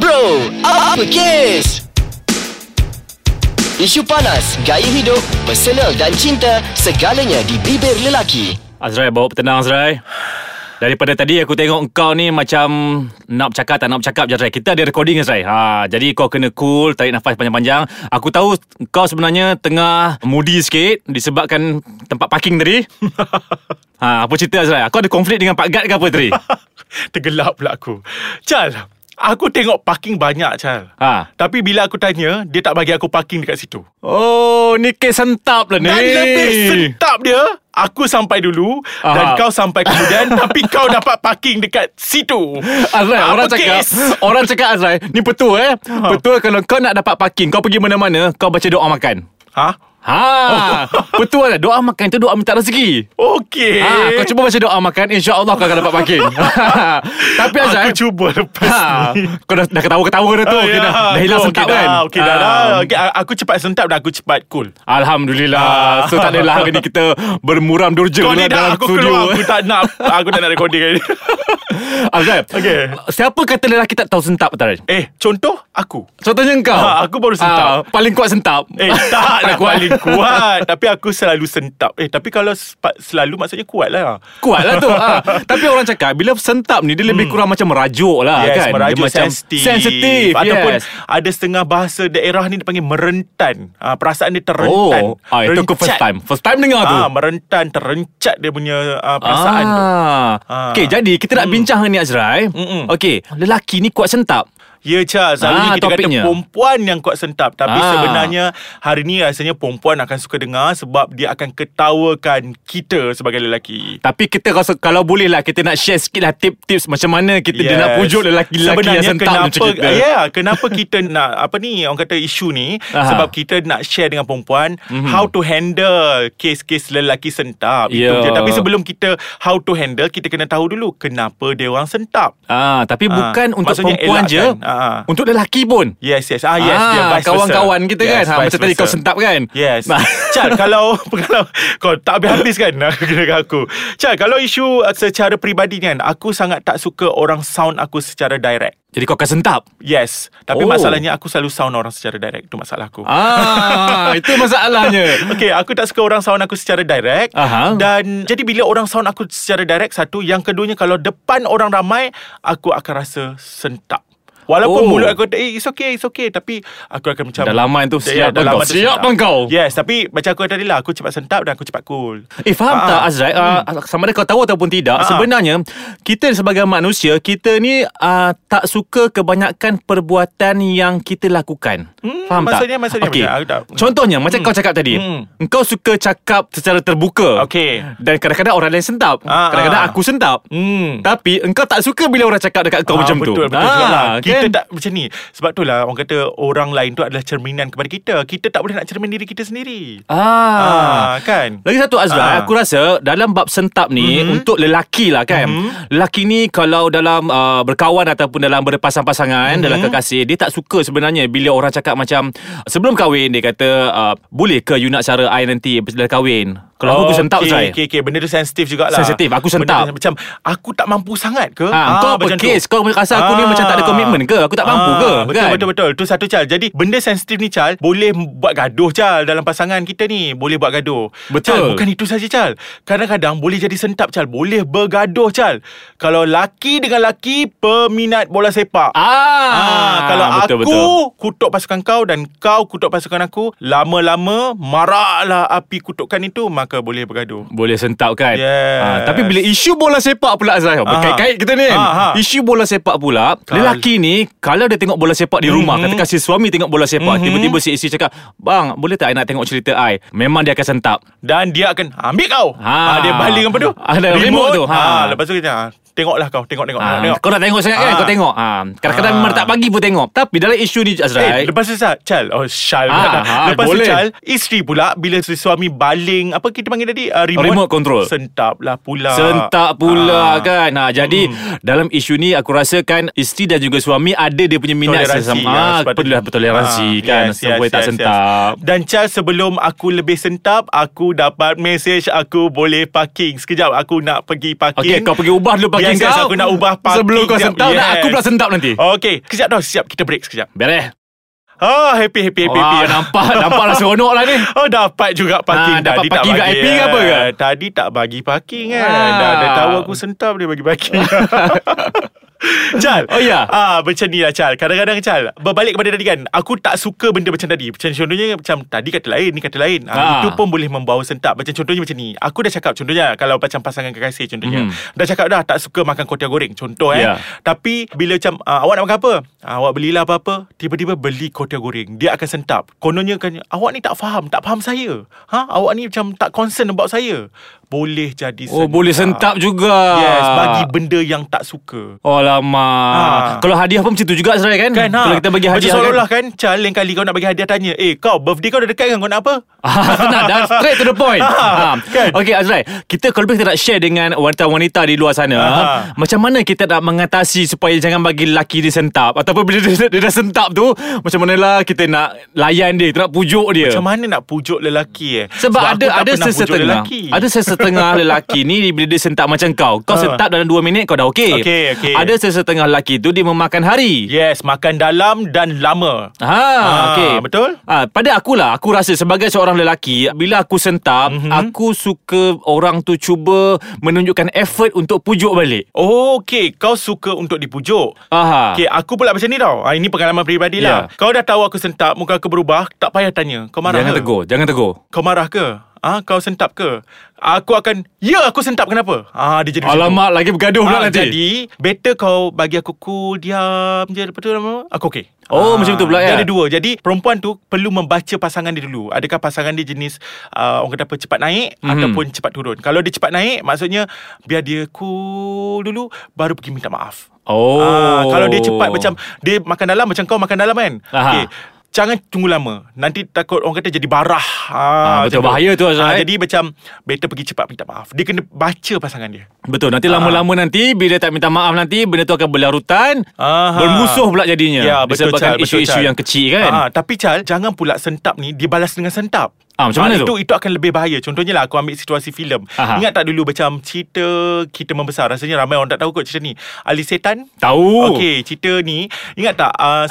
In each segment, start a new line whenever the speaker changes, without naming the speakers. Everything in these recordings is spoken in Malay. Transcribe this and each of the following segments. Hello, apa kes? Isu panas, gaya hidup, personal dan cinta, segalanya di bibir lelaki.
Azrai bawa petenang Azrai Daripada tadi aku tengok engkau ni macam Nak bercakap tak nak bercakap je Azrai Kita ada recording Azrai ha, Jadi kau kena cool Tarik nafas panjang-panjang Aku tahu kau sebenarnya tengah moody sikit Disebabkan tempat parking tadi ha, Apa cerita Azrai? Aku ada konflik dengan Pak Gad ke apa tadi?
Tergelap pula aku Chal Aku tengok parking banyak Chal
Ha.
Tapi bila aku tanya Dia tak bagi aku parking dekat situ
Oh ni kes sentap lah ni
Dan lebih sentap dia Aku sampai dulu Aha. Dan
Aha.
kau sampai kemudian Tapi kau dapat parking dekat situ
Azrai
Apa
orang cakap
kes?
Orang cakap Azrai Ni petua eh Petua kalau kau nak dapat parking Kau pergi mana-mana Kau baca doa makan
Ha?
Ha Betul lah Doa makan tu Doa minta rezeki
Okey
Ha, kau cuba baca doa makan InsyaAllah kau akan dapat parking Tapi Azhar
Aku cuba lepas
ha,
ni
Kau dah, dah ketawa-ketawa dah tu
Oh,
okay,
ya.
dah, dah hilang
Oh,
sentap
okay,
kan
dah, Okey dah,
Ah.
dah. Okey, a- Aku cepat sentap dan aku cepat cool
Alhamdulillah So tak adalah hari ni kita Bermuram durja
Ah. Kau ni
lah dalam
dah aku
studio
keluar Aku tak nak Aku tak nak recording ni
Azhar
Okey.
Siapa kata lelaki tak tahu sentap Azhar
Eh contoh aku
Contohnya engkau
Ha, aku baru sentap.
Ah, Paling kuat sentap
Eh tak lah
kuat.
paling kuat Tapi aku selalu sentap Eh tapi kalau sepa- selalu maksudnya kuat lah
Kuat lah tu ha. Tapi orang cakap Bila sentap ni Dia lebih kurang macam merajuk lah
Hmm. Yes,
kan
merajuk
dia macam
sensitif
Sensitif
Ataupun
yes.
ada setengah bahasa daerah ni dipanggil merentan ha, Perasaan dia
Oh,
terentan
ah, itu aku first
Rencat.
time. First time dengar tu.
Ah, merentan, terencat dia punya ah, perasaan tu Ah.
Okay, jadi kita nak bincang ni Azrai.
Mm-mm.
Okay, lelaki ni kuat sentap.
Ya
Ah,
Cha, selalunya kita
topiknya.
kata perempuan yang kuat sentap Tapi
Ah.
sebenarnya hari ni rasanya perempuan akan suka dengar Sebab dia akan ketawakan kita sebagai lelaki
Tapi kita rasa kalau boleh lah kita nak share sikit lah tips-tips macam mana kita yes. dia nak pujuk lelaki-lelaki
Sebenarnya
yang sentap
kenapa,
macam kita.
Ya, kenapa kita nak apa ni orang kata isu ni
Aha. Mhm.
sebab kita nak share dengan perempuan mm-hmm. how to handle kes-kes lelaki sentap.
Ya.
Itu je. Tapi sebelum kita how to handle, kita kena tahu dulu kenapa dia orang sentap.
Ah, tapi
Ah,
bukan untuk
maksudnya
perempuan je,
elakkan. Ah.
untuk lelaki pun.
Yes, yes. Ah, yes, dia vice versa.
kawan-kawan kita
yes,
kan. Ha,
vice
macam tadi
versa.
kau sentap kan?
Yes.
Nah,
Chal, kalau kalau kau tak habis-habis kan nak kena dengan aku. Chal, kalau isu uh, secara peribadi ni kan, aku sangat tak suka orang sound aku secara direct.
jadi kau akan sentap.
Yes. Tapi
Oh.
oh. masalahnya aku selalu sound orang secara direct. Itu masalah aku.
Ah, itu masalahnya.
Okay, aku tak suka orang sound aku secara direct
Aha.
Dan jadi bila orang sound aku secara direct Satu, yang keduanya kalau depan orang ramai Aku akan rasa sentap
Oh.
Walaupun mulut aku kata Eh it's okay it's okay Tapi aku akan macam Ya,
Dah lama tu, siap
dah
bang kau,
lama tu
siap
sentap.
bang kau.
Yes tapi macam aku tadi lah Aku cepat sentap dan aku cepat cool
Eh faham
Ah,
tak Azrai uh, Sama ada kau tahu ataupun tidak
Ah.
Sebenarnya Kita sebagai manusia Kita ni uh, Tak suka kebanyakan Perbuatan yang kita lakukan hmm, Faham
maksudnya-
tak
maksudnya
okay.
macam- aku tak-
Contohnya Macam kau cakap tadi
Hmm.
Engkau suka cakap Secara terbuka
Okay.
Dan kadang-kadang orang lain sentap
Ah,
Kadang-kadang
ah.
aku sentap
Hmm.
Tapi engkau tak suka Bila orang cakap dekat kau
Ah,
Oh, macam
betul,
tu
Betul, betul juga lah.
Ah,
Kita
kan?
tak macam ni. Sebab tu lah orang kata orang lain tu adalah cerminan kepada kita. Kita tak boleh nak cermin diri kita sendiri.
Ah.
Ah, kan?
Lagi satu Azra,
Ah. Mhm.
aku rasa dalam bab sentap ni mm-hmm. untuk lelaki lah kan. Mm-hmm. Lelaki ni kalau dalam uh, berkawan ataupun dalam
Mhm.
berpasang-pasangan, mm-hmm. dalam kekasih, dia tak suka sebenarnya bila orang cakap macam sebelum kahwin dia kata, uh, "Boleh ke you nak cara I nanti bila kahwin?" Kalau aku, aku sentap
okay,
Azra.
Okay, okay. Benda tu sensitif jugalah
Sensitif, aku
Benda
sentap.
tu Macam aku tak mampu sangat ke
Ha,
Ah,
kau apa
macam Ah.
kes? Kau rasa aku ni macam tak ada komitmen ke? Aku tak mampu ke?
Betul
Kan?
betul betul Tu satu Chal Jadi benda sensitif ni Chal Boleh buat gaduh Chal Dalam pasangan kita ni Boleh buat gaduh
Betul.
Chal, Bukan itu saja Chal Kadang-kadang boleh jadi sentap Chal Boleh bergaduh Chal Kalau laki dengan laki Peminat bola sepak
Ah,
Ah, kalau
betul,
aku kutuk pasukan kau dan kau kutuk pasukan aku, lama-lama maraklah api kutukan itu maka boleh bergaduh.
Boleh sentap kan
Yes.
Ah, Tapi bila isu bola sepak pula Azrael Berkait-kait kita ni
Ah, ha.
Isu bola sepak pula
Kal-
Lelaki ni Kalau dia tengok bola sepak di
Mhm.
rumah mm-hmm. Katakan si suami tengok bola sepak mm-hmm. Tiba-tiba si isteri cakap Bang boleh tak I nak tengok cerita I Memang dia akan sentap
Dan dia akan ambil kau.
Ha.
Ha, dia balik dengan pedu.
Ah, ada remote tu. Ha.
Ha. lepas tu kita ha, tengoklah kau, tengok tengok,
Ah,
tengok.
Kau nak tengok sangat kan
Ah.
Kau tengok Ah, Kadang-kadang
Ah.
memang tak bagi pun tengok Tapi dalam isu ni Azrael
Eh, lepas tu Sal Chal Oh Syal
Ah,
pula dah.
ah,
Lepas
boleh.
tu Chal Isteri pula Bila si suami baling Apa kita panggil tadi uh, remote,
Remote control.
Sentap lah pula
Sentak pula
Ah. Hmm.
kan ha, Jadi mm. dalam isu ni Aku rasa kan Isteri dan juga suami Ada dia punya minat
Toleransi, ya,
sesama ha,
sepatutnya.
Perlulah toleransi
Ah,
kan Sampai tak sentap
Dan Charles sebelum aku lebih sentap Aku dapat mesej aku boleh parking Sekejap aku nak pergi parking
Okey, kau pergi ubah dulu parking bagi
yes,
kau.
yes, aku nak ubah parking
Sebelum kau
sekejap.
sentap yes. dah, aku pula sentap nanti.
Okay Kejap dah Siap kita break sekejap
Beres.
Oh happy happy happy,
Wah,
happy.
nampak nampaklah seronok lah ni.
Oh dapat juga parking
Ah, dapat
Tadi tak
parking
bagi, eh.
VIP ke apa ke?
Tadi tak bagi parking kan
Ah.
Dah, dah tahu aku sentap dia bagi parking Chal
Oh, ya.
ah, Macam ni lah Chal Kadang-kadang Chal Berbalik kepada tadi kan Aku tak suka benda macam tadi Macam contohnya Macam tadi kata lain Ni kata lain
Ah.
ah. Itu pun boleh membawa sentap Macam contohnya macam ni Aku dah cakap contohnya Kalau macam pasangan kekasih contohnya
Mhm.
Dah cakap dah Tak suka makan kotiau goreng Contoh eh
Ya.
Tapi bila macam ah, Awak nak makan apa Ah, Awak belilah apa-apa Tiba-tiba beli kotiau goreng Dia akan sentap Kononnya kan Awak ni tak faham Tak faham saya ha? Awak ni macam Tak concern about saya Boleh jadi
Oh, boleh sentap lah. juga.
Yes Bagi benda yang tak suka
Oh lama. Ha.
Ha.
Kalau hadiah pun macam tu juga Serai kan?
Kan ha?
Kalau kita bagi hadiah
Macam seolah-olah kan, kan Lain kali kau nak bagi hadiah Tanya Eh kau birthday kau dah dekat kan Kau nak apa
Ah, Senang dan straight to the point ha,
Ah, kan?
Okay Azrai Kita kalau boleh kita nak share dengan Wanita-wanita di luar sana
Aha.
Macam mana kita nak mengatasi Supaya jangan bagi lelaki dia sentap Ataupun bila dia, dia dah sentap tu Macam manalah kita nak layan dia Kita nak pujuk dia
Macam mana nak pujuk lelaki eh
sebab,
aku
ada
tak
ada
pernah pujuk
sesetengah
lelaki.
ada sesetengah lelaki ni bila dia sentap macam kau kau
Ha.
sentap dalam 2 minit kau dah okey
Okey, okey. Ya.
ada sesetengah lelaki tu dia memakan hari
Yes makan dalam dan lama
Ha, ah, okey.
betul.
Ah, pada akulah, aku rasa sebagai seorang lelaki, bila aku sentap,
Mhm.
mm-hmm. aku suka orang tu cuba menunjukkan effort untuk pujuk balik.
Oh, okay. Kau suka untuk dipujuk.
Aha.
Okay, aku pula macam ni tau. Ha, ini pengalaman peribadi
Ah.
lah.
Ya.
Kau dah tahu aku sentap, muka aku berubah, tak payah tanya. Kau marah
jangan
ke?
tegur, jangan tegur.
Kau marah ke? Ah, ha, kau sentap ke? Aku akan, ya aku sentap kenapa? Ah, ha, dia jadi macam tu.
Alamak, lagi bergaduh Oh, pula
Ah,
nanti.
Jadi Better kau bagi aku cool Diam je Lepas tu lama Aku okay
Oh, macam tu pula, ya?
dia ada dua Jadi perempuan tu Perlu membaca pasangan dia dulu Adakah pasangan dia jenis uh, Orang kata apa Cepat naik
Mhm.
mm-hmm. Ataupun cepat turun Kalau dia cepat naik Maksudnya Biar dia cool dulu Baru pergi minta maaf
Oh.
Ah, kalau dia cepat macam dia makan dalam macam kau makan dalam kan.
Aha.
Okey. Jangan tunggu lama. Nanti takut orang kata jadi barah.
Ah,
Ah,
betul.
macam
Bahaya tu, Azrael.
jadi macam better pergi cepat minta maaf. Dia kena baca pasangan dia.
Betul, nanti
Ah.
lama-lama nanti bila tak minta maaf nanti benda tu akan berlarutan,
Aha.
bermusuh pula jadinya.
Ya, betul,
Disebabkan
Chal, betul,
isu-isu
Chal.
yang kecil kan.
Ah, tapi Chal, jangan pula sentap ni dibalas dengan sentap.
Ah, macam mana
itu,
tu?
Itu akan lebih bahaya. Contohnya lah aku ambil situasi filem.
Aha.
Ingat tak dulu macam cerita kita membesar. Rasanya ramai orang tak tahu kot cerita ni. Ali Setan.
Tahu.
Okey, cerita ni ingat tak uh,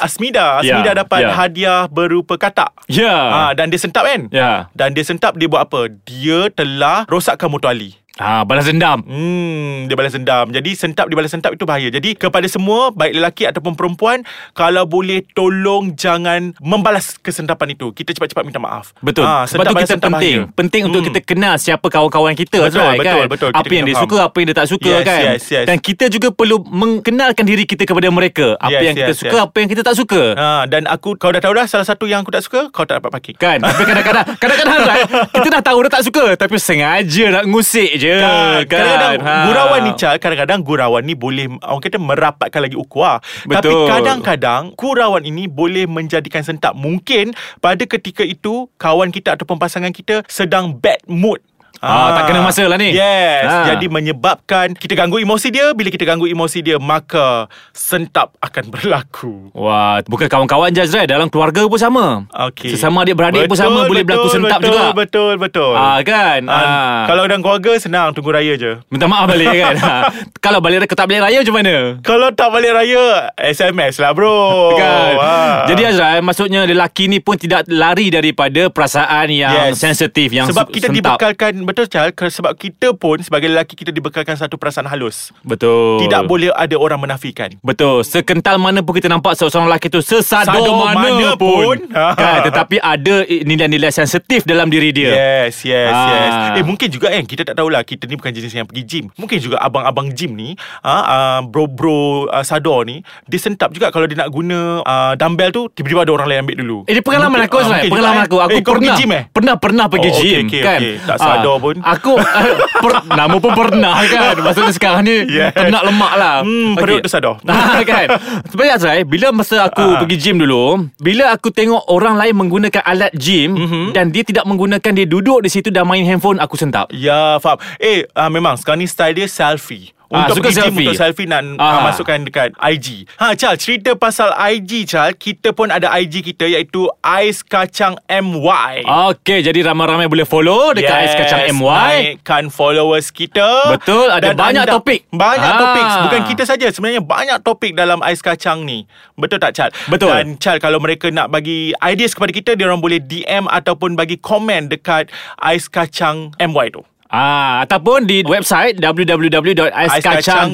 Oh.
Asmida,
Ya,
Asmida dapat
ya.
hadiah berupa katak.
Ya.
Ah, dan dia sentap kan?
Ya.
Dan dia sentap dia buat apa? Dia telah rosakkan motor Ali.
Ah, balas dendam.
Hmm, dia balas dendam. Jadi sentap dia balas sentap itu bahaya. Jadi kepada semua baik lelaki ataupun perempuan kalau boleh tolong jangan membalas kesentapan itu. Kita cepat-cepat minta maaf.
Betul. Ha, Sebab tu
sentap Ah, balas
kita
sentap
penting.
bahaya.
Bahaya. Penting untuk
Hmm.
kita kenal siapa kawan-kawan kita.
Betul,
Azrai,
betul,
kan?
betul. Kita
Apa yang
kena
dia
faham.
suka, apa yang dia tak suka
Yes,
kan.
yes, yes.
Dan kita juga perlu mengenalkan diri kita kepada mereka. Apa
Yes,
yang kita
yes,
suka,
yes.
apa yang kita tak suka.
Ha, dan aku kau dah tahu dah salah satu yang aku tak suka kau tak dapat parking.
Kan Tapi kadang-kadang Kadang-kadang Azrai, Kita dah tahu Dia tak suka Tapi sengaja nak ngusik je
Kan. Kadang-kadang
Ha.
gurauan ni Chal Kadang-kadang gurauan ni boleh Orang kata merapatkan lagi ukhuwah Tapi
Betul.
kadang-kadang Gurauan ini boleh menjadikan sentap Mungkin pada ketika itu Kawan kita ataupun pasangan kita Sedang bad mood
Ah, tak kena masa lah ni.
Yes
Ah.
Jadi menyebabkan Kita ganggu emosi dia Bila kita ganggu emosi dia Maka Sentap akan berlaku
Wah Bukan kawan-kawan je Azrai Dalam keluarga pun sama
Okey.
Sesama adik-beradik pun
Betul,
sama Boleh berlaku
betul,
sentap
betul,
juga
Betul, betul,
Ah, kan?
Ah,
Ah.
Kalau dalam keluarga senang Tunggu raya je
Minta maaf balik kan ha. Kalau balik raya- tak balik raya macam mana
Kalau tak balik raya SMS lah bro
Kan?
Ah.
Jadi Azrael Maksudnya lelaki ni pun Tidak lari daripada Perasaan yang yes.
Yes.
sensitif Yang
sebab
se-
kita
sentap.
dibekalkan betul Chal ke- sebab kita pun sebagai lelaki kita dibekalkan satu perasaan halus.
Betul
Tidak boleh ada orang menafikan.
Betul Sekental mana pun kita nampak Seorang lelaki tu Sesado
Sado
mana,
mana
pun,
pun.
kan? Tetapi ada i- Nilai-nilai sensitif Dalam diri dia
Yes, yes,
Ah.
yes. Eh mungkin juga kan kita tak tahulah kita ni bukan jenis yang pergi gym. Mungkin juga abang-abang gym ni, ah, ah, bro-bro ah, sador ni, dia sentap juga kalau dia nak guna ah, dumbbell tu tiba-tiba ada orang lain ambil dulu.
Eh, ini pengalaman
Mungkin-
aku
ah,
Azrael
mungkin
Pengalaman
juga,
aku Aku
eh, kau
pernah
pergi gym eh?
Pernah pernah pergi
Oh, okey,
gym
okey,
kan
okey. Tak
Ah,
sadar pun.
Aku ah, per, Nama pun pernah kan Maksudnya sekarang ni
Yes.
Kena lemak lah
Hmm, perut tu sadar.
Ah, kan Sebenarnya Azrai Bila masa aku
Ah.
pergi gym dulu Bila aku tengok orang lain menggunakan alat gym
Mhm.
Dan dia tidak menggunakan Dia duduk di situ dan main handphone Aku sentap
ah, Ya faham Eh uh, memang sekarang ni style dia selfie
Ah,
Untuk
suka
pergi gym,
selfie.
Untuk selfie nak
Ah.
ah. masukkan dekat IG Ha Chal cerita pasal IG Chal Kita pun ada IG kita iaitu Ais Kacang MY
Okey, jadi ramai-ramai boleh follow Ah, dekat yes, Ais Kacang MY.
Naikkan followers kita
Betul, ada banyak topik.
Banyak
Ah.
ah. topik Bukan kita saja Sebenarnya banyak topik dalam Ais Kacang ni Betul tak Chal?
Betul.
Dan Chal kalau mereka nak bagi ideas kepada kita Dia orang boleh DM ataupun bagi komen dekat Ais Kacang MY tu
Ah, ataupun di website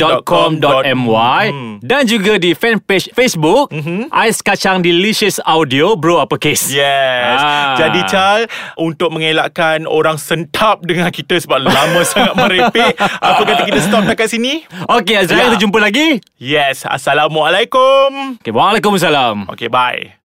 www.aiskacang.com.my
Hmm. Mhm.
dan juga di fanpage Facebook Ais Kacang Delicious Audio Bro Uppercase.
Yes
Ah.
ah. Jadi Chal Untuk mengelakkan orang sentap dengan kita Sebab lama sangat merepek Apa kata kita stop dekat sini?
Okey, Azrael,
Ya.
kita jumpa lagi.
Yes Assalamualaikum
Okay, Waalaikumsalam.
Okay bye